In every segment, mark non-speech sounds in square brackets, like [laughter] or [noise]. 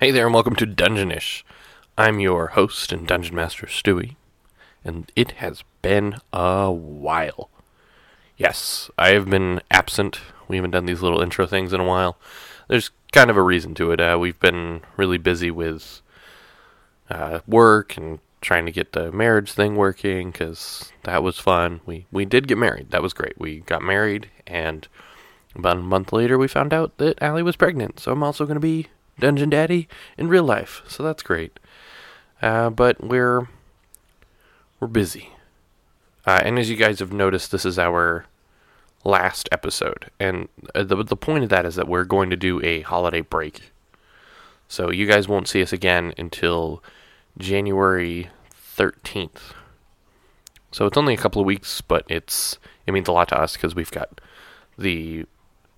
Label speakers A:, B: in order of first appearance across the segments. A: Hey there, and welcome to Dungeonish. I'm your host and Dungeon Master Stewie, and it has been a while. Yes, I have been absent. We haven't done these little intro things in a while. There's kind of a reason to it. Uh, we've been really busy with uh, work and trying to get the marriage thing working because that was fun. We we did get married. That was great. We got married, and about a month later, we found out that Allie was pregnant. So I'm also going to be Dungeon Daddy in real life. So that's great. Uh, but we're we're busy, uh, and as you guys have noticed, this is our last episode, and uh, the the point of that is that we're going to do a holiday break. So you guys won't see us again until January 13th. So it's only a couple of weeks, but it's it means a lot to us because we've got the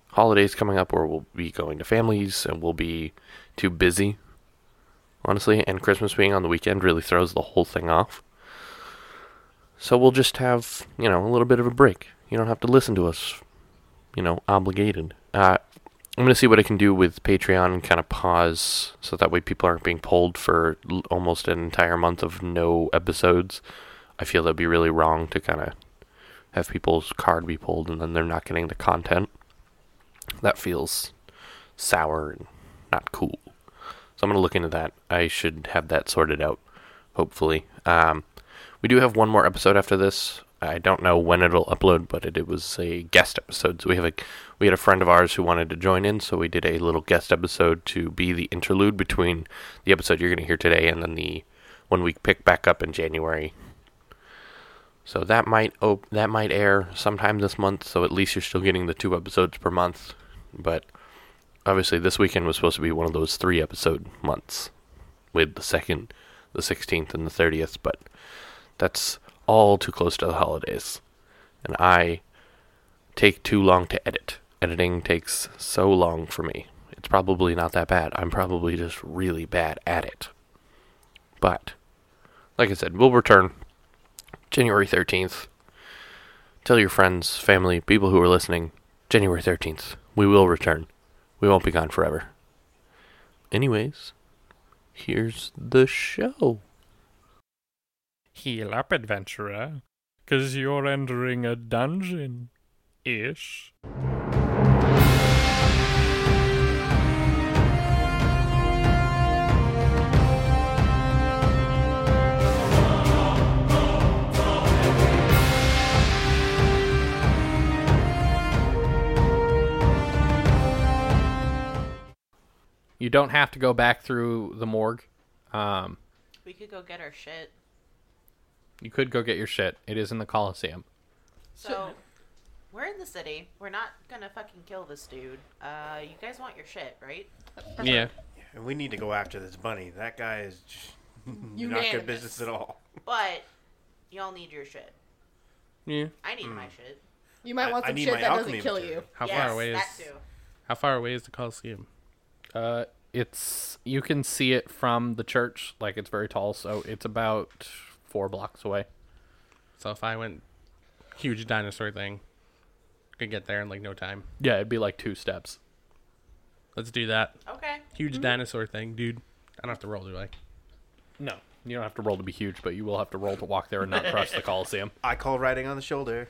A: holidays coming up where we'll be going to families and we'll be too busy. Honestly, and Christmas being on the weekend really throws the whole thing off. So we'll just have, you know, a little bit of a break. You don't have to listen to us, you know, obligated. Uh, I'm going to see what I can do with Patreon and kind of pause so that way people aren't being pulled for l- almost an entire month of no episodes. I feel that'd be really wrong to kind of have people's card be pulled and then they're not getting the content. That feels sour and not cool. So I'm going to look into that. I should have that sorted out, hopefully. Um, we do have one more episode after this. I don't know when it'll upload, but it, it was a guest episode. So we have a we had a friend of ours who wanted to join in, so we did a little guest episode to be the interlude between the episode you're going to hear today and then the one we pick back up in January. So that might op- that might air sometime this month. So at least you're still getting the two episodes per month. But obviously, this weekend was supposed to be one of those three episode months, with the second, the sixteenth, and the thirtieth. But that's all too close to the holidays, and I take too long to edit. Editing takes so long for me. It's probably not that bad. I'm probably just really bad at it. But like I said, we'll return January 13th. Tell your friends, family, people who are listening, January 13th, we will return. We won't be gone forever. Anyways, here's the show.
B: Heal up, adventurer, because you're entering a dungeon. Ish.
C: You don't have to go back through the morgue. Um,
D: We could go get our shit.
C: you could go get your shit. It is in the Coliseum.
D: So, we're in the city. We're not gonna fucking kill this dude. Uh, you guys want your shit, right?
C: Yeah.
E: And we need to go after this bunny. That guy is just not good business at all.
D: But y'all need your shit.
C: Yeah.
D: I need my shit.
F: You might
E: I-
F: want
E: I
F: some
E: need
F: shit
E: my
F: that doesn't
E: alchemy
F: kill
E: material.
F: you.
C: Hmm. How
D: yes,
C: far away is
D: that too.
C: How far away is the Coliseum? Uh, it's you can see it from the church. Like it's very tall, so it's about four blocks away.
G: So if I went huge dinosaur thing, could get there in like no time.
C: Yeah, it'd be like two steps.
G: Let's do that.
D: Okay.
G: Huge dinosaur thing, dude. I don't have to roll, do I?
C: No, you don't have to roll to be huge, but you will have to roll to walk there and not cross the Coliseum.
E: I call riding on the shoulder.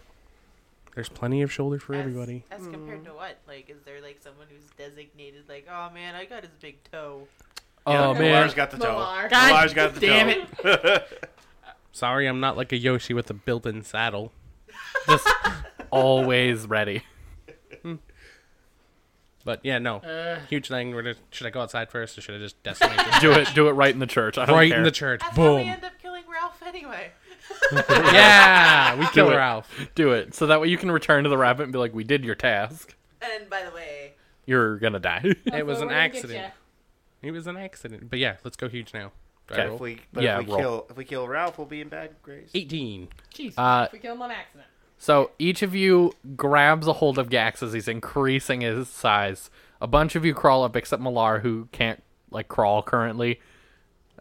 G: There's plenty of shoulder for
D: As-
G: everybody.
D: As, compared to what? Like, is there like someone who's designated? Like, oh man, I got his big toe.
C: Oh
E: Malar's got the toe.
F: Malar.
E: Malar's got the
G: damn
E: toe.
G: Sorry, I'm not like a Yoshi with a built-in saddle.
C: just always ready.
G: But yeah, no.
F: Uh.
G: huge thing. We're just, should I go outside first, or should I just [laughs] decimate this?
C: Do it. Do it right in the church. I don't
G: right
C: care.
G: in the church?
D: That's how we
G: [laughs] Boom.
D: end up killing Ralph anyway.
G: yeah, we kill
C: it.
G: Ralph.
C: do it so that way you can return to the rabbit and be like, "We did your task.
D: [laughs] and by the way,
C: You're gonna die." [laughs]
G: It was
F: We're gonna
G: an
F: get
G: accident.
F: ya.
G: It was an accident. But yeah, let's go huge now. Do I
C: Okay.
G: roll?
E: If we, but
C: Yeah,
E: if we
C: roll.
E: kill if we kill Ralph, we'll be in bad grace.
G: Eighteen.
F: Jesus,
C: Uh,
F: if we kill him on accident.
C: So each of you grabs a hold of Gax as he's increasing his size. A bunch of you crawl up, except Malar, who can't like crawl currently.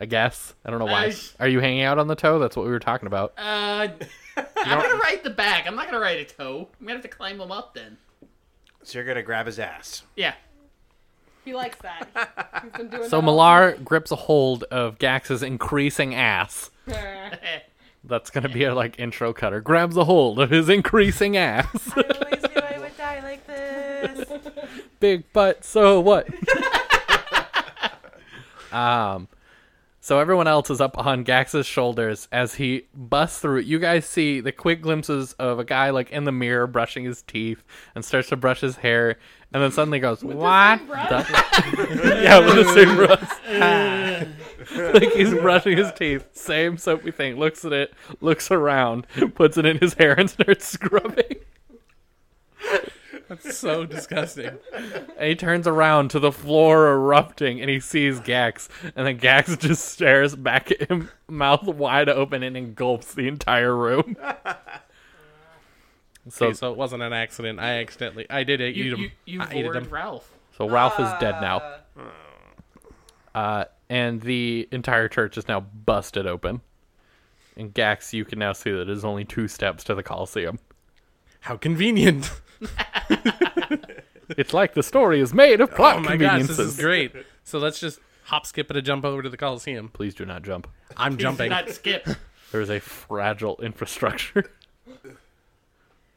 C: I guess I don't know why.
H: Nice.
C: Are you hanging out on the toe? That's what we were talking about.
H: Uh, I'm gonna ride the back. I'm not gonna ride a toe. I'm gonna have to climb him up then.
E: So you're gonna grab his ass.
H: Yeah.
F: He likes that. He's been doing
C: So
F: that
C: Millar grips a hold of Gax's increasing ass.
F: all- I
C: That's gonna be our like intro cutter. Grabs a hold of his increasing ass.
D: always knew I would die like this.
C: Big butt, so what? um so everyone else is up on Gax's shoulders as he busts through. You guys see the quick glimpses of a guy like in the mirror brushing his teeth and starts to brush his hair and then suddenly goes,
F: [laughs]
C: What
F: same
C: the-" Yeah, with the same brush. [laughs] like he's brushing his teeth, same soapy thing, looks at it, looks around, [laughs] puts it in his hair and starts scrubbing.
G: That's so disgusting.
C: And he turns around to the floor erupting and he sees Gax. And then Gax [laughs] just stares back at him, mouth wide open, and engulfs the entire room. so,
G: Okay, so it wasn't an accident. I accidentally, I did eat
H: You,
G: him.
H: you, you
G: I eated
H: bored
G: him. Ah.
H: Ralph.
C: so Ralph is dead now. Uh, and the entire church is now busted open. And Gax, you can now see that it is only two steps to the Coliseum.
G: How convenient!
C: It's like the story is made of plot
G: Oh my gosh,
C: conveniences.
G: this is great. So let's just hop, skip, and a jump over to the Coliseum.
C: Please do not jump.
G: I'm jumping.
H: Not skip.
C: There is a fragile infrastructure. [laughs]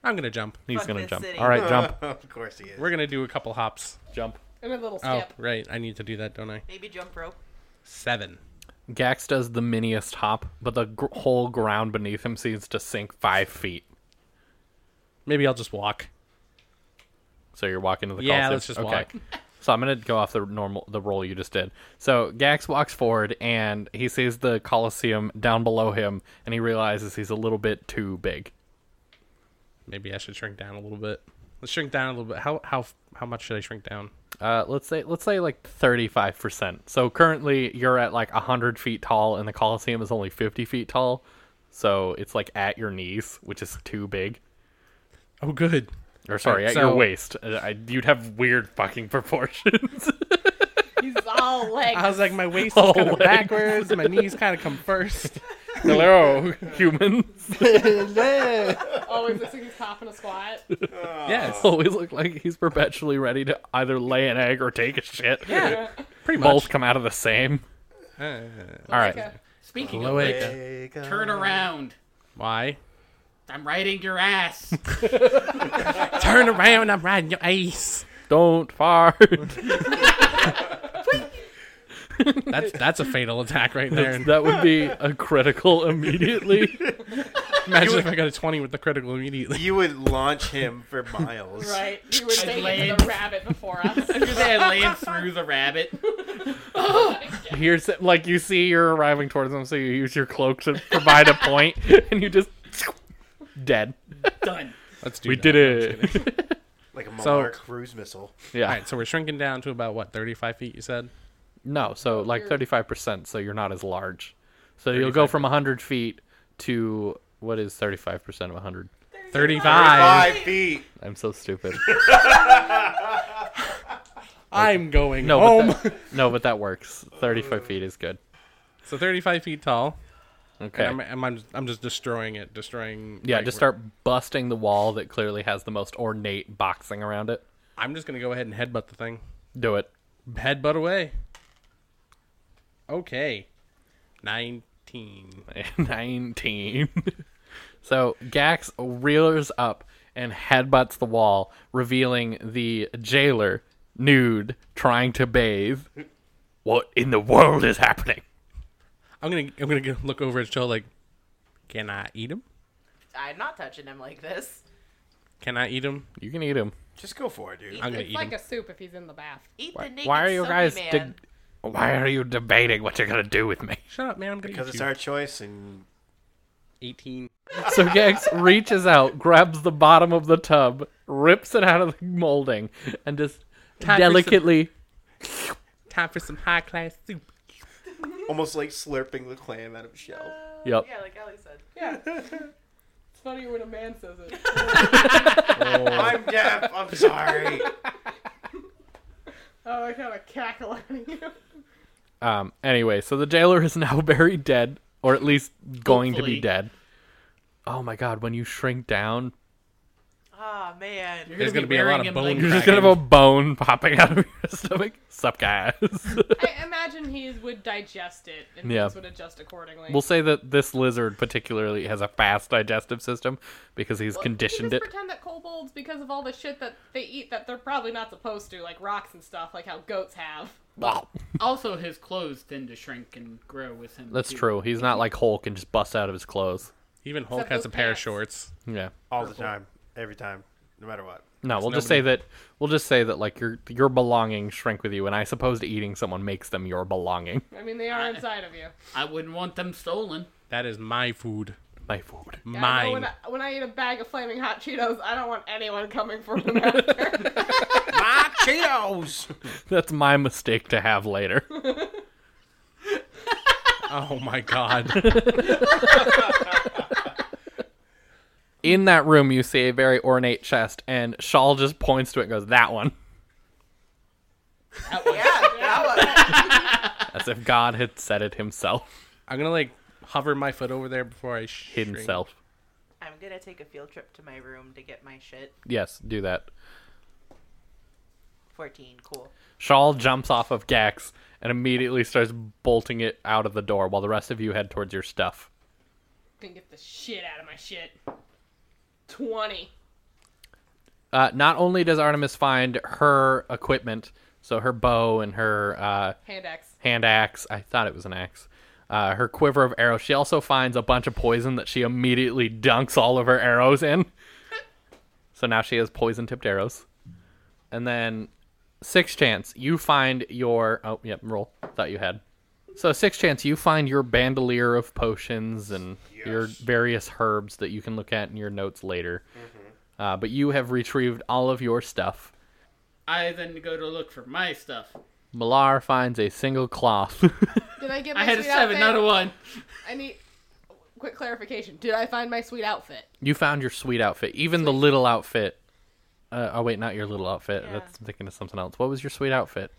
G: I'm gonna jump.
C: He's
D: Fuck
C: gonna
D: this
C: jump.
D: city.
C: All right,
D: [laughs]
C: jump,
E: [laughs] of course he is.
G: We're gonna do a couple hops.
C: jump.
F: and a little
G: Oh,
F: skip.
G: right. I need to do that, don't I?
D: Maybe jump rope.
G: Seven.
C: Gax does the miniest hop, but the gr- whole ground beneath him seems to sink five feet.
G: Maybe I'll just walk.
C: So you're walking to the
G: Yeah,
C: Coliseum?
G: let's just walk. [laughs]
C: So I'm gonna go off the normal the roll you just did. So Gax walks forward and he sees the Coliseum down below him, and he realizes he's a little bit too big.
G: Maybe I should shrink down a little bit. Let's shrink down a little bit. How how how much should I shrink down?
C: Uh, let's say let's say like 35 percent. So currently you're at like 100 feet tall, and the Coliseum is only 50 feet tall. So it's like at your knees, which is too big.
G: Oh, good.
C: Or sorry, at
G: so-
C: your waist. Uh, I, you'd have weird fucking [laughs] proportions.
F: He's all
D: [laughs]
F: legs.
G: I was like, my [laughs] waist is kind of backwards. My knees kind of [laughs] come first.
C: Hello, [laughs] humans.
F: Always looks like he's hopping a squat.
G: Yes,
C: Always look like he's perpetually ready to either lay an egg or take a shit.
F: Yeah. [laughs]
G: pretty much.
C: Both come out of the same. All
F: Like
C: right.
F: a-
H: Speaking
G: Hello,
H: of
G: Ada.
H: which, turn around.
G: Why?
H: I'm riding your ass.
G: [laughs] Turn around. I'm riding your ace.
C: Don't fart. [laughs]
G: That's that's a fatal attack right there.
C: that would be a critical immediately.
G: Imagine if I got a twenty with the critical immediately. [laughs]
E: You would launch him for miles.
F: Right. You would take it
H: legs.
F: the rabbit before us.
H: After that, I land through the rabbit.
C: Here's like you see you're arriving towards him, so you use your cloak to provide a point, [laughs] and you just dead.
H: Done.
G: Let's do.
C: We
G: that.
C: did it.
E: Like a
G: So-
E: Malar cruise missile.
C: Yeah. [laughs]
G: All right, so we're shrinking down to about what thirty-five feet. You said.
C: No, so like thirty five percent, so you're not as large. So you'll go from hundred feet to what is thirty five percent of hundred?
G: 35.
E: Five feet.
C: I'm so stupid.
G: I'm going
C: No,
G: home.
C: but that, no, but that works. Thirty five feet is good.
G: So 35 feet tall.
C: Okay.
G: I'm, I'm, I'm, just, I'm just destroying it. Destroying.
C: yeah,
G: like,
C: just
G: we're-
C: start busting the wall that clearly has the most ornate boxing around it.
G: I'm just going to go ahead and headbutt the thing.
C: Do it.
G: Headbutt away. Okay. 19.
C: [laughs] Nineteen. so Gax rears up and headbutts the wall, revealing the jailer nude trying to bathe. What in the world is happening?
G: I'm going to I'm gonna go look over at Joe like, can I eat him?
D: I'm not touching him like this.
G: Can I eat him?
C: You can eat him.
E: Just go for it, dude.
G: I'm going to
F: It's
G: eat
F: like
G: him.
F: a soup if he's in the bath.
D: Eat the
C: Why,
D: naked
C: why are you
D: soapy
C: guys?
D: man.
C: De- why are you debating what you're gonna do with me?
G: Shut up, man. I'm going to
E: Because
G: eat
E: it's
G: you.
E: our choice, and
G: 18.
C: So Gex reaches out, grabs the bottom of the tub, rips it out of the molding, and just
G: Time for
C: delicately.
G: Time for some high class soup.
E: almost like slurping the clam out of a shell.
F: [laughs]
C: Yep.
D: Yeah, like Ellie said.
E: [laughs]
F: It's funny when a man says it.
E: I'm deaf. I'm sorry.
F: Oh, I kind of cackle at you.
C: Um. Anyway, so the jailer is now [laughs] very dead, or at least going to
H: Hopefully.
C: be dead. Oh my god! When you shrink down,
D: Oh man.
H: You're
G: There's
H: gonna
G: gonna be a
H: wearing
G: lot of
H: him
G: bone
H: like-
C: You're just gonna have a bone popping out of your [laughs] stomach. Sup, guys?
F: I imagine he would digest it and
C: Yeah.
F: things would adjust accordingly.
C: [laughs] we'll say that this lizard particularly has a fast digestive system because he's
F: Well,
C: conditioned
F: we
C: it.
F: can just pretend that kobolds, because of all the shit that they eat that they're probably not supposed to, like rocks and stuff, like how goats have.
C: Wow,
H: Also, his clothes tend to shrink and grow with him.
C: that's
H: too.
C: true. He's not like Hulk and just busts out of his clothes.
G: Even Hulk
F: Except
G: has
F: those
G: a pair of
F: pants.
G: shorts.
C: Yeah.
E: all the time, every time, no matter what.
C: No, we'll just say that we'll just say that like your your belongings shrink with you, and I suppose eating someone makes them your belonging.
F: I mean, they are inside of you.
H: I wouldn't want them stolen.
G: That is my food.
C: [laughs] My food.
F: Yeah, I know
G: Mine.
F: When I,
G: [laughs]
F: when I eat a bag of flaming hot Cheetos, I don't want anyone coming for them after.
E: [laughs] My Cheetos.
C: That's my mistake to have later.
G: Oh my
F: [laughs]
G: god.
C: In that room, you see a very ornate chest, and Shawl just points to it and goes, "That one." [laughs] As if God had said it himself.
G: I'm gonna like hover my foot over there before I shrink.
C: Himself.
D: I'm gonna take a field trip to my room to get my shit.
C: Yes, do that.
D: Fourteen, cool.
C: Shawl jumps off of Gax and immediately starts bolting it out of the door while the rest of you head towards your stuff.
F: Can get the shit out of my shit. Twenty.
C: Uh, not only does Artemis find her equipment, so her bow and her uh,
F: Hand axe.
C: hand axe, I thought it was an axe, uh, her quiver of arrows, she also finds a bunch of poison that she immediately dunks all of her arrows in. so now she has poison tipped arrows. And then, six chance, you find your. Oh, yep, roll. Thought you had. So, six chance, you find your bandolier of potions and your various herbs that you can look at in your notes later. Uh, but you have retrieved all of your stuff.
H: I then go to look for my stuff.
C: Malar finds a single cloth. [laughs]
F: Did I get my
H: I had a
F: sweet
H: seven,
F: outfit?
H: not a one.
F: I need quick clarification. Did I find my sweet outfit?
C: You found your sweet outfit, even the little outfit. Uh, oh wait, not your little outfit. That's I'm thinking of something else. What was your sweet outfit?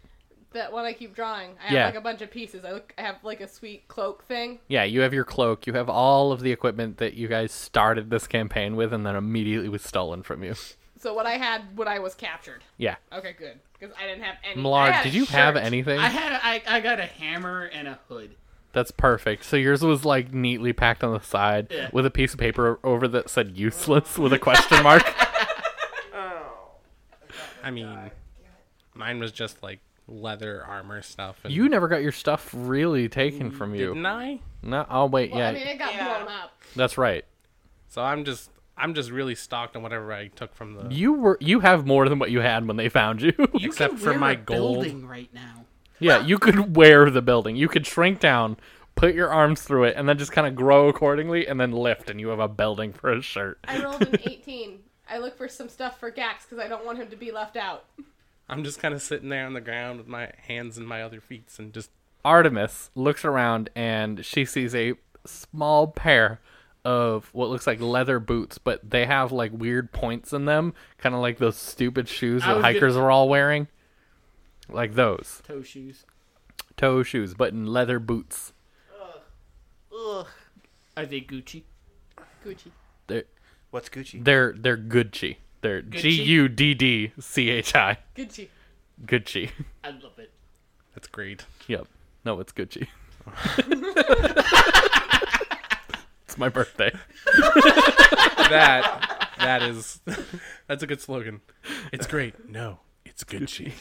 F: That one I keep drawing. I have
C: Yeah.
F: like a bunch of pieces. I look. I have like a sweet cloak thing.
C: Yeah, you have your cloak. You have all of the equipment that you guys started this campaign with, and then immediately was stolen from you. [laughs]
F: So what I had when I was captured.
C: Yeah,
F: Okay, good. Because I didn't have any. I
C: Millard,
F: had a
C: did you have
F: shirt.
C: anything?
H: I had a, I, I got a hammer and a hood.
C: That's perfect. So yours was like neatly packed on the side
H: Yeah.
C: with a piece of paper over that said "useless" with a
F: [laughs]
C: question mark.
G: I mean, mine was just like leather armor stuff. And
C: you never got your stuff really taken from you.
G: didn't I?
C: No. Oh wait,
F: Well,
C: yeah,
F: I mean, it got
D: Yeah.
F: blown up.
C: that's right.
G: So I'm just I'm just really stocked on whatever I took from the
C: You were you have more than what you had when they found you. [laughs]
H: You
G: Except
H: could
G: for
H: wear
G: my
H: a
G: gold.
H: building right now.
C: Yeah, you could [laughs] wear the building. You could shrink down, put your arms through it, and then just kind of grow accordingly, and then lift, and you have a building for a shirt.
F: I rolled an 18. I look for some stuff for Gax because I don't want him to be left out.
G: I'm just kind of sitting there on the ground with my hands and my other feet and just
C: Artemis looks around and she sees a small pair of what looks like leather boots, but they have like weird points in them, kind of like those stupid shoes
H: I
C: that
H: was gonna-
C: hikers are all wearing. Like those
H: Toe shoes.
C: toe shoes, but in leather boots.
D: Ugh.
H: Are they Gucci?
F: Gucci.
C: They're
E: What's Gucci?
C: they're they're Gucci. They're G U D D C H I.
F: Gucci.
C: Gucci. [laughs]
H: I love it.
G: that's great.
C: Yep. No, it's Gucci. it's my birthday.
G: That [laughs] that is that's a good slogan. It's great. No, it's Gucci.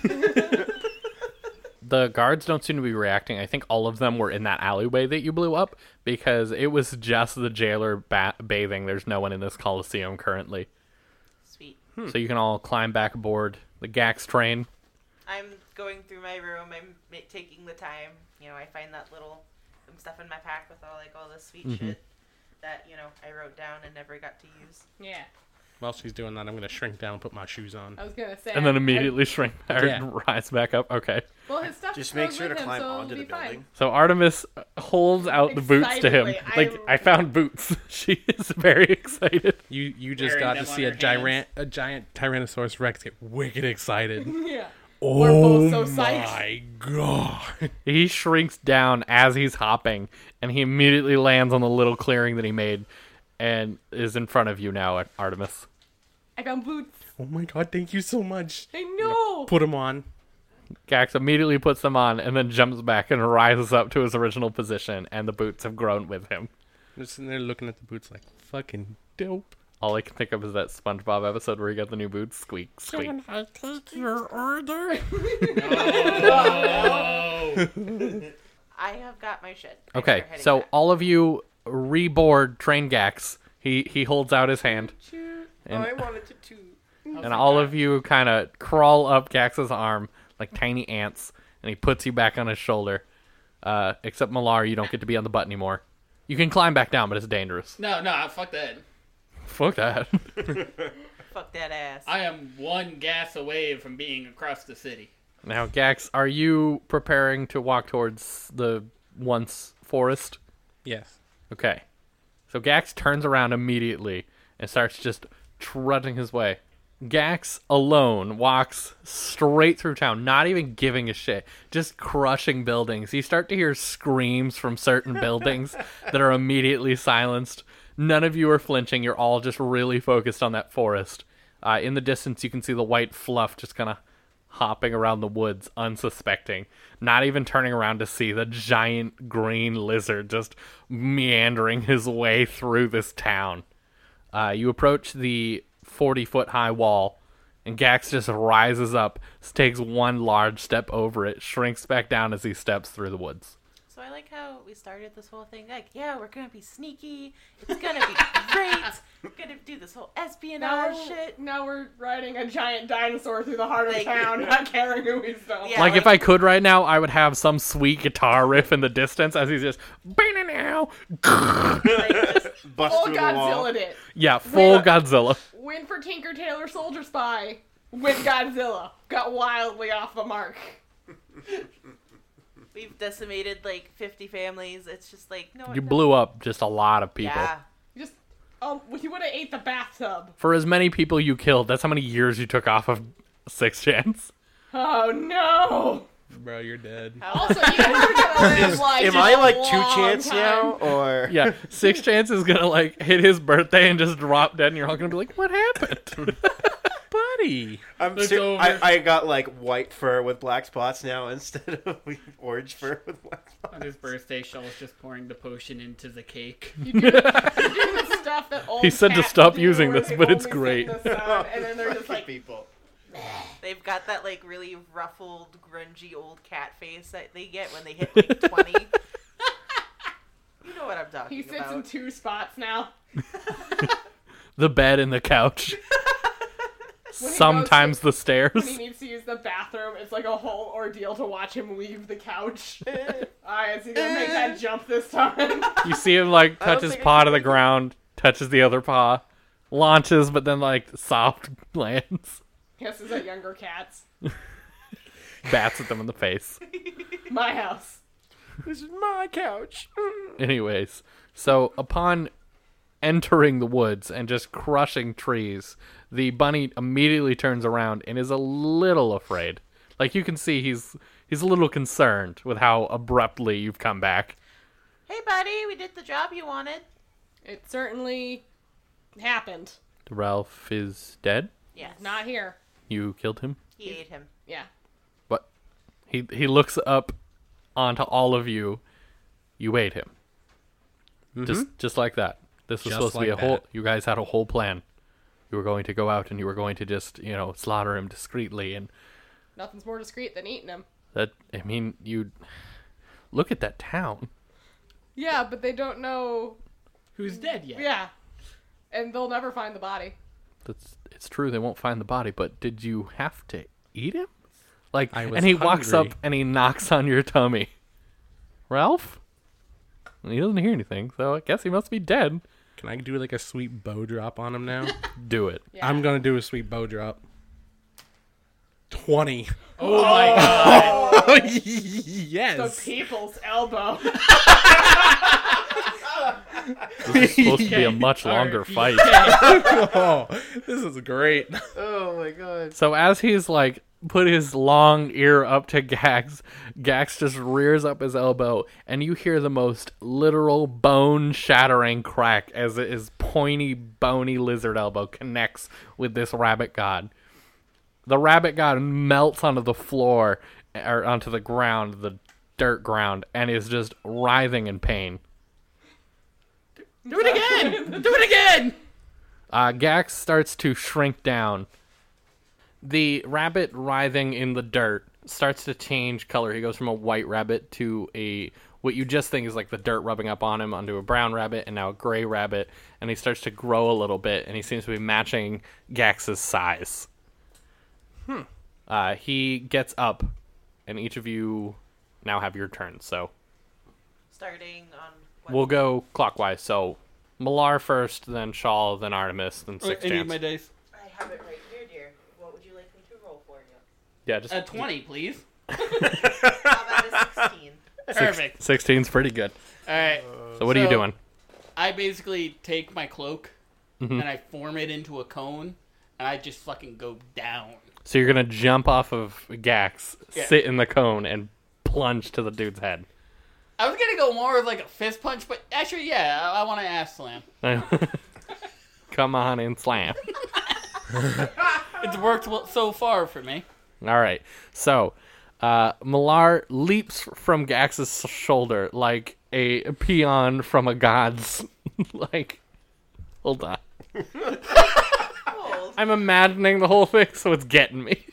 C: The guards don't seem to be reacting. I think all of them were in that alleyway that you blew up because it was just the jailer ba- bathing. There's no one in this coliseum currently.
D: Sweet.
C: So you can all climb back aboard the Gax train.
D: I'm going through my room. I'm ma- taking the time. You know, I find that little. I'm stuffing my pack with all like all this sweet
C: Mm-hmm.
D: shit that you know I wrote down and never got to use.
F: Yeah.
G: While she's doing that, I'm gonna shrink down and put my shoes on.
F: I was going to say.
C: And then
F: I-
C: immediately shrink back
G: Yeah.
C: and rise back up. Okay.
F: I- well, his stuff
E: Just make
F: goes
E: sure to
F: with him,
E: climb
F: so it'll
E: onto
F: be
E: the building.
F: fine.
C: So Artemis holds out the boots to him.
F: Excitedly,
C: Like,
F: I'm-
C: I found boots. [laughs] She is very excited.
G: You you just
H: Wearing
G: got
H: them
G: to
H: on
G: see a
H: her
G: giant a giant Tyrannosaurus Rex get wicked excited.
F: [laughs] Yeah. We're
G: oh
F: both so psyched.
G: my god!
C: He shrinks down as he's hopping, and he immediately lands on the little clearing that he made, and is in front of you now, Artemis.
F: I found boots.
G: Oh my god, thank you so much.
F: I know.
G: Put him on.
C: Gax immediately puts them on and then jumps back and rises up to his original position, and the boots have grown with him.
G: I'm just sitting there looking at the boots like, fucking dope.
C: All I can think of is that SpongeBob episode where he got the new boots. Squeak, squeak.
G: I take your order?
D: I have got my shit. I
C: Okay,
D: start heading
C: so
D: back.
C: all of you reboard Train Gax. He he holds out his hand, and,
D: I wanted to too.
C: and all of you kind of crawl up Gax's arm like tiny ants, and he puts you back on his shoulder. Uh, except Malar, you don't get to be on the butt anymore. You can climb back down, but it's dangerous.
H: No, no, fuck that.
C: [laughs] Fuck that.
D: Fuck that ass.
H: I am one gas away from being across the city.
C: Now, Gax, are you preparing to walk towards the once forest?
G: Yes.
C: Okay. So Gax turns around immediately and starts just trudging his way. Gax alone walks straight through town, not even giving a shit, just crushing buildings. You start to hear screams from certain buildings that are immediately silenced. None of you are flinching. You're all just really focused on that forest. Uh, in the distance, you can see the white fluff just kind of hopping around the woods, unsuspecting, not even turning around to see the giant green lizard just meandering his way through this town. Uh, you approach the 40 foot high wall, and Gax just rises up, takes one large step over it, shrinks back down as he steps through the woods.
D: So I like how we started this whole thing like, yeah, we're gonna be sneaky. It's gonna be
F: [laughs]
D: great. We're gonna do this whole espionage
F: Now,
D: shit.
F: now we're riding a giant dinosaur through the heart of
D: Like-
F: town, [laughs] not caring who he's done.
D: Yeah.
C: Like,
D: like-
C: if I could right now, I would have some sweet guitar riff in the distance as he's just, now,
D: Like,
F: [laughs]
D: just,
E: Bust
F: Full
E: through the wall.
F: Oh, Godzilla it.
C: yeah, full
F: Wait,
C: Godzilla.
F: Win for Tinker Tailor Soldier Spy. Win Godzilla. Got wildly off the mark.
D: we've decimated like 50 families. It's just like no.
C: You
D: no.
C: blew up just a lot of people.
D: Yeah.
F: [laughs] Just oh, he would have ate the bathtub.
C: For as many people you killed, that's how many years you took off of six chance. [laughs]
F: Oh no!
G: Bro, you're dead.
F: Also, you are gonna live like
E: Am I like two chance now, or
C: Yeah, six chance is gonna like hit his birthday and just drop dead, and you're all gonna be like, "What happened, [laughs] buddy?"
E: I'm
H: Look
E: ser-
H: over.
E: I, I got like white fur with black spots now [laughs] instead of orange fur with black spots.
H: On his birthday, Shaw's just pouring the potion into the cake.
F: You do, you do the stuff that old
C: He said to
F: cats
C: stop
F: do
C: using
F: where
C: this,
F: they
C: but it's
F: only sit
C: great.
F: in the sun, and then they're just
E: Fucking [laughs]
F: like,
E: people.
D: They've got that like really ruffled, grungy old cat face that they get when they hit
F: [laughs]
D: like 20. you know what I'm talking
F: he sits
D: about.
F: in two spots now.
C: The bed and the couch,
F: goes
C: sometimes the
F: When he
C: stairs.
F: needs to use the bathroom, it's like a whole ordeal to watch him leave the couch. Alright, is he gonna make that jump this time? [laughs]
C: You see him like touch his
E: think I
C: paw to
E: can
C: the
E: make it.
C: ground, touches the other paw, launches, but then like soft [laughs] lands,
F: Guess is at younger cats.
C: bats at them in the face.
F: My house.
E: This is my couch.
C: Anyways, so upon entering the woods and just crushing trees, the bunny immediately turns around and is a little afraid. Like you can see he's he's a little concerned with how abruptly you've come back.
D: Hey, buddy, we did the job you wanted.
F: It certainly happened.
C: Ralph is dead.
D: Yes.
F: Not here.
C: You killed him.
D: He ate him.
F: Yeah.
C: But he he looks up onto all of you. You ate him. Just just like that. This was
G: Mm-hmm. Just
C: supposed to be a
G: like
C: whole
G: that.
C: you guys had a whole plan. You were going to go out and you were going to just, you know, slaughter him discreetly and
F: Nothing's more discreet than eating him.
C: That I mean, you look at that town.
F: Yeah, but they don't know.
H: Who's dead yet?
F: Yeah. And they'll never find the body.
C: That's it's true. They won't find the body, but did you have to eat him? Like,
G: I was
C: and he walks up
G: hungry.
C: and he knocks on your tummy. Ralph. And he doesn't hear anything, so I guess he must be dead.
G: Can I do like a sweet bow drop on him now?
C: Do it.
F: Yeah.
G: I'm gonna do a sweet bow drop. 20.
H: Oh, my god.
F: The
G: [laughs] yes.
F: people's
G: [laughs]
F: elbow.
C: This is supposed to be a much longer fight.
G: oh, [laughs] this is great.
E: Oh my god.
C: So as he's like put his long ear up to Gax. Gax just rears up his elbow, and you hear the most literal bone shattering crack as his pointy, bony lizard elbow connects with this rabbit god. The rabbit god melts onto the floor or onto the ground, the dirt ground, and is just writhing in pain.
H: Do it again! Do it again!
C: Uh, Gax starts to shrink down. The rabbit writhing in the dirt starts to change color. He goes from a white rabbit to a what you just think is like the dirt rubbing up on him onto a brown rabbit and now a gray rabbit, and he starts to grow a little bit, and he seems to be matching Gax's size. Hmm. Uh, he gets up, and each of you now have your turn. So
D: Starting on. What?
C: we'll go clockwise. So Malar first, then Shawl, then Artemis, then Six
I: Any of
C: Chance.
I: my dice.
D: I have it right here, dear. What would you like me to roll for you?
C: yeah, just
H: A 20, please.
D: How about a 16?
H: Perfect.
C: 16's pretty good.
H: All right.
C: So what are you
H: So-
C: doing?
H: I basically take my cloak and I form it into a cone and I just fucking go down.
C: So you're gonna jump off of Gax,
H: Yeah.
C: sit in the cone, and plunge to the dude's head.
H: I was gonna go more of like a fist punch, but actually, yeah, I, I want to ass slam.
C: Come on and slam.
H: It's worked well, so far for me.
C: All right. So, uh, Malar leaps from Gax's shoulder like a peon from a god's. [laughs] like, hold on. I'm imagining the whole thing, so it's getting me.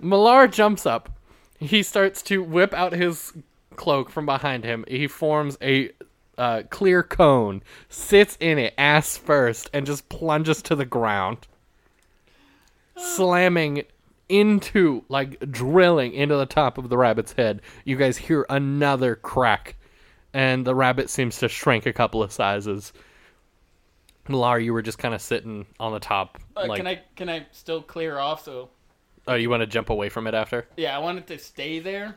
C: Malar jumps up. He starts to whip out his cloak from behind him. He forms a uh, clear cone, sits in it ass first, and just plunges to the ground slamming into like drilling into the top of the rabbit's head you guys hear another crack and the rabbit seems to shrink a couple of sizes Lara, you were just kind of sitting on the top
H: Uh,
C: like
H: can I can I still clear off? So
C: oh you want to jump away from it after
H: yeah, I wanted to stay there,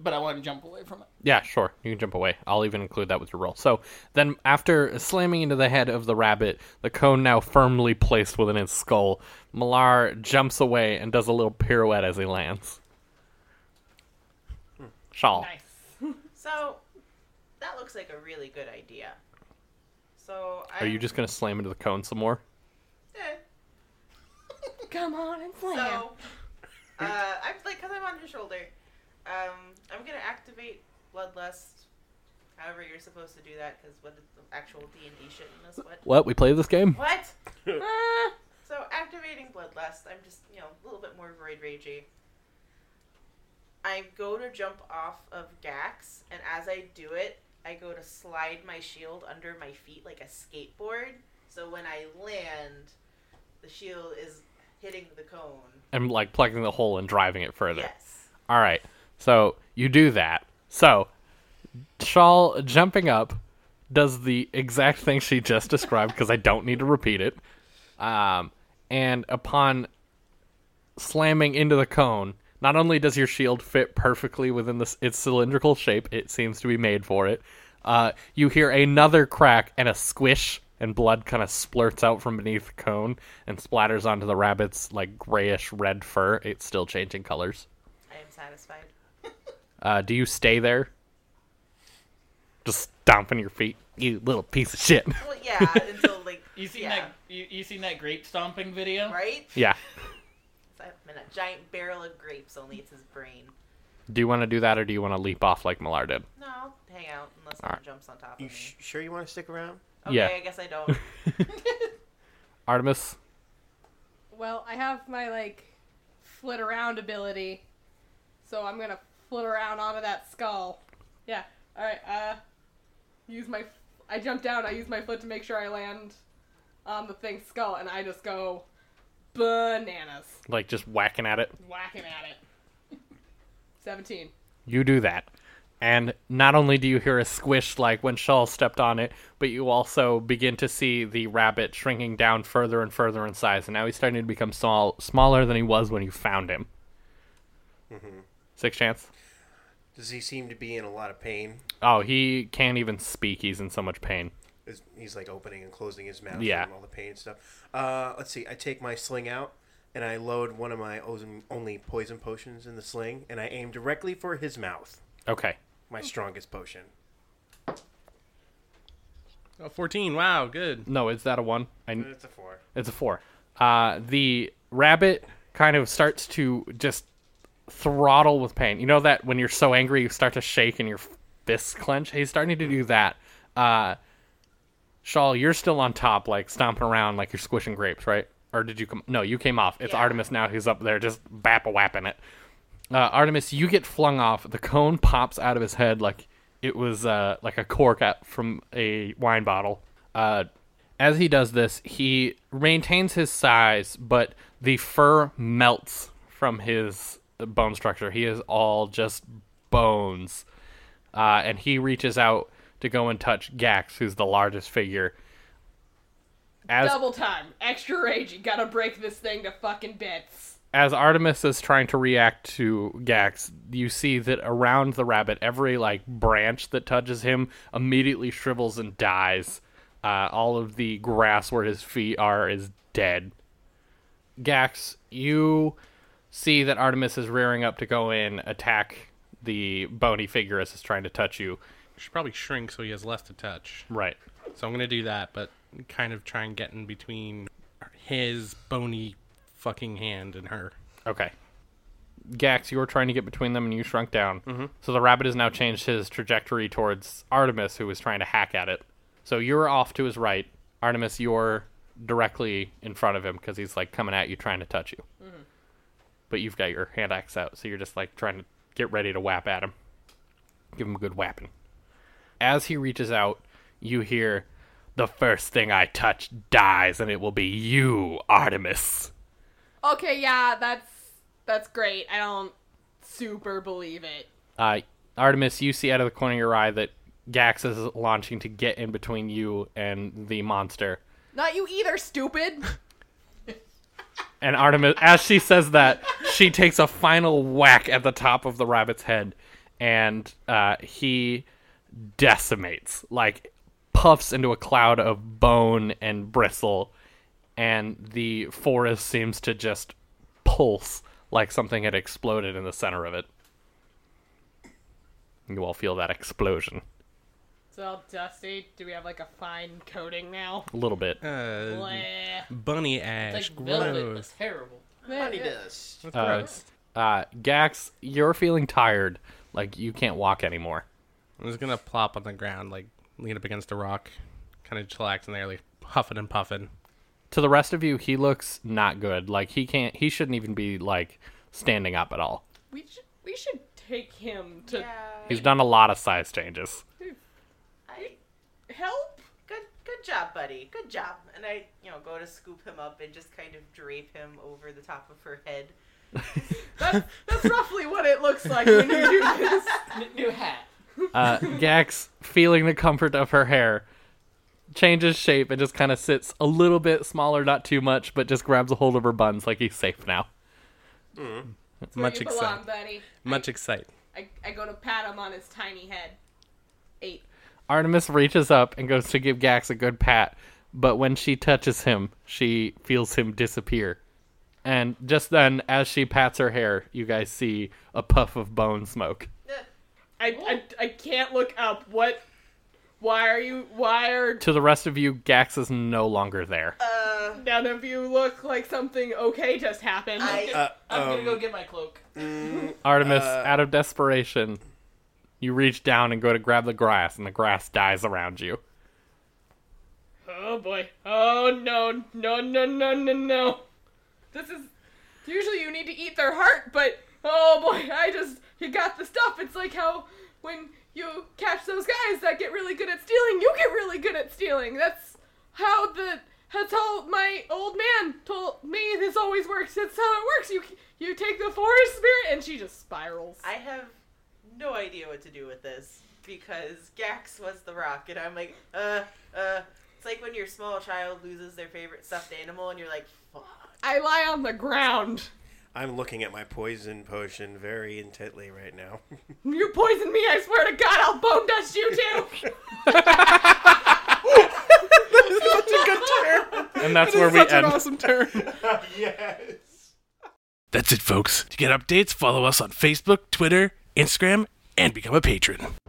H: but I want to jump away from it.
C: Yeah, sure. You can jump away. I'll even include that with your roll. So then, after slamming into the head of the rabbit, the cone now firmly placed within its skull, Malar jumps away and does a little pirouette as he lands. Shawl.
D: So, that looks like a really good idea. So, I.
C: Are you just going to slam into the cone some more?
D: Eh.
F: Come on and slam.
D: So, uh, I'm like, cause I'm on your shoulder. Um, I'm gonna activate bloodlust. However, you're supposed to do that, cause what is the actual D and D shit in this? What?
C: What? We play this game?
D: What?
F: Ah,
D: So activating bloodlust. I'm just you know a little bit more void ragey. I go to jump off of Gax, and as I do it, I go to slide my shield under my feet like a skateboard. So when I land, the shield is hitting the cone.
C: And like plugging the hole and driving it further.
D: Yes.
C: All right. So you do that. So Shawl jumping up does the exact thing she just described because I don't need to repeat it. Um, and upon slamming into the cone, not only does your shield fit perfectly within this its cylindrical shape, it seems to be made for it. Uh, you hear another crack and a squish, and blood kind of splurts out from beneath the cone and splatters onto the rabbit's like grayish red fur. It's still changing colors.
D: I am satisfied.
C: Uh, do you stay there? Just stomping your feet, you little piece of shit. [laughs]
D: Well, yeah, until like
H: You seen
D: yeah,
H: that? You, you seen that grape stomping video?
D: right?
C: yeah.
D: So I'm in a giant barrel of grapes. Only it's his brain.
C: Do you want to do that, or do you want to leap off like Millar did?
D: No, I'll hang out unless someone jumps on top of me.
E: You sh- sure you want to stick around?
D: okay,
C: yeah.
D: I guess I
C: [laughs]
D: don't.
C: Artemis,
F: well, I have my like flit around ability, so I'm gonna flit around onto that skull. Yeah. All right. Uh, use my. I jump down. I use my foot to make sure I land on the thing's skull, and I just go bananas,
C: like just whacking at it.
F: whacking at it. [laughs] Seventeen.
C: You do that. And not only do you hear a squish like when Shawl stepped on it, but you also begin to see the rabbit shrinking down further and further in size. And now he's starting to become small, smaller than he was when you found him. Six chance.
E: Does he seem to be in a lot of pain?
C: Oh, he can't even speak. He's in so much pain.
E: Is- He's like opening and closing his mouth
C: Yeah.
E: from all the pain and stuff. Uh, let's see. I take my sling out and I load one of my ozen- only poison potions in the sling, and I aim directly for his mouth.
C: Okay.
E: My strongest potion.
G: Oh, 14. Wow, good.
C: No, is that a one? I,
E: It's a four.
C: It's a four. Uh, the rabbit kind of starts to just throttle with pain. You know that when you're so angry, you start to shake and your fists clench. He's starting to do that. Uh, Shawl, you're still on top, like stomping around, like you're squishing grapes, right? Or did you come? No, you came off. It's
D: Yeah.
C: Artemis now who's up there, just bap a whapping it. Uh, Artemis, you get flung off. The cone pops out of his head like it was uh, like a cork out from a wine bottle. Uh, as he does this, he maintains his size, but the fur melts from his bone structure. He is all just bones. Uh, and he reaches out to go and touch Gax, who's the largest figure. As
F: Double time. Extra rage. You gotta break this thing to fucking bits.
C: as Artemis is trying to react to Gax, you see that around the rabbit, every like branch that touches him immediately shrivels and dies. Uh, all of the grass where his feet are is dead. Gax, you see that Artemis is rearing up to go in attack the bony figure as it's trying to touch you.
G: Should probably shrink so he has less to touch.
C: Right.
G: So I'm gonna do that, but kind of try and get in between his bony fucking hand and her.
C: Okay. Gax, you were trying to get between them and you shrunk down. Mm-hmm. So the rabbit has now changed his trajectory towards Artemis, who was trying to hack at it. So you're off to his right. Artemis, you're directly in front of him because he's like coming at you trying to touch you. But you've got your hand axe out, so you're just like trying to get ready to whap at him. Give him a good whapping. As he reaches out, you hear, The first thing I touch dies, and it will be you, Artemis.
F: Okay, yeah, that's that's great. I don't super believe it.
C: Uh, Artemis, you see out of the corner of your eye that Gax is launching to get in between you and the monster.
F: Not you either, stupid.
C: And Artemis, as she says that, she takes a final whack at the top of the rabbit's head, and uh, he decimates, like puffs into a cloud of bone and bristle, and the forest seems to just pulse like something had exploded in the center of it. You all feel that explosion
F: It's all dusty. Do we have like a fine coating now?
C: a little bit.
G: Uh,
F: Bleh.
G: bunny ash,
H: Like velvet
G: gross.
H: was terrible.
E: Honey dust.
G: That's
C: Uh,
G: gross.
C: uh, Gax, you're feeling tired. Like you can't walk anymore.
G: I'm just gonna plop on the ground, like lean up against a rock, kind of chillax in there, like huffing and puffing.
C: To the rest of you, he looks not good. Like he can't. He shouldn't even be like standing up at all.
F: We should we should take him to
C: He's done a lot of size changes.
D: I,
F: help.
D: good, good job, buddy. Good job. And I, you know, go to scoop him up and just kind of drape him over the top of her head.
F: That's that's roughly what it looks like when you do this.
H: N- new hat.
G: [laughs]
C: Uh, Gax, feeling the comfort of her hair, changes shape and just kind of sits a little bit smaller, not too much, but just grabs a hold of her buns like he's safe now.
F: That's
G: Much
F: where you belong,
G: excite-
F: buddy.
G: Much excite.
F: I, I go to pat him on his tiny head. Eight.
C: Artemis reaches up and goes to give Gax a good pat, but when she touches him, she feels him disappear. And just then, as she pats her hair, you guys see a puff of bone smoke.
F: I, I, I can't look up. What? Why are you? Why are
C: To the rest of you, Gax is no longer there.
D: Uh,
F: none of you look like something okay just happened?
D: I,
E: Uh,
H: I'm
E: um,
H: gonna go get my cloak.
C: Artemis,
E: uh,
C: out of desperation, you reach down and go to grab the grass, and the grass dies around you.
F: Oh boy. Oh no. No, no, no, no, no. This is. Usually you need to eat their heart, but. Oh boy, I just. You got the stuff. It's like how when you catch those guys that get really good at stealing, you get really good at stealing. That's how the. That's how my old man told me this always works. That's how it works. You you take the forest spirit, and she just spirals.
D: I have no idea what to do with this because Gax was the rock, and I'm like, uh, uh. It's like when your small child loses their favorite stuffed animal, and you're like, fuck.
F: I lie on the ground.
E: I'm looking at my poison potion very intently right now.
F: You poison me, I swear to God, I'll bone dust you too.
E: That's a good term.
C: And that's where we end.
G: awesome turn.
E: [laughs] yes.
B: That's it, folks. To get updates, follow us on Facebook, Twitter, Instagram, and become a patron.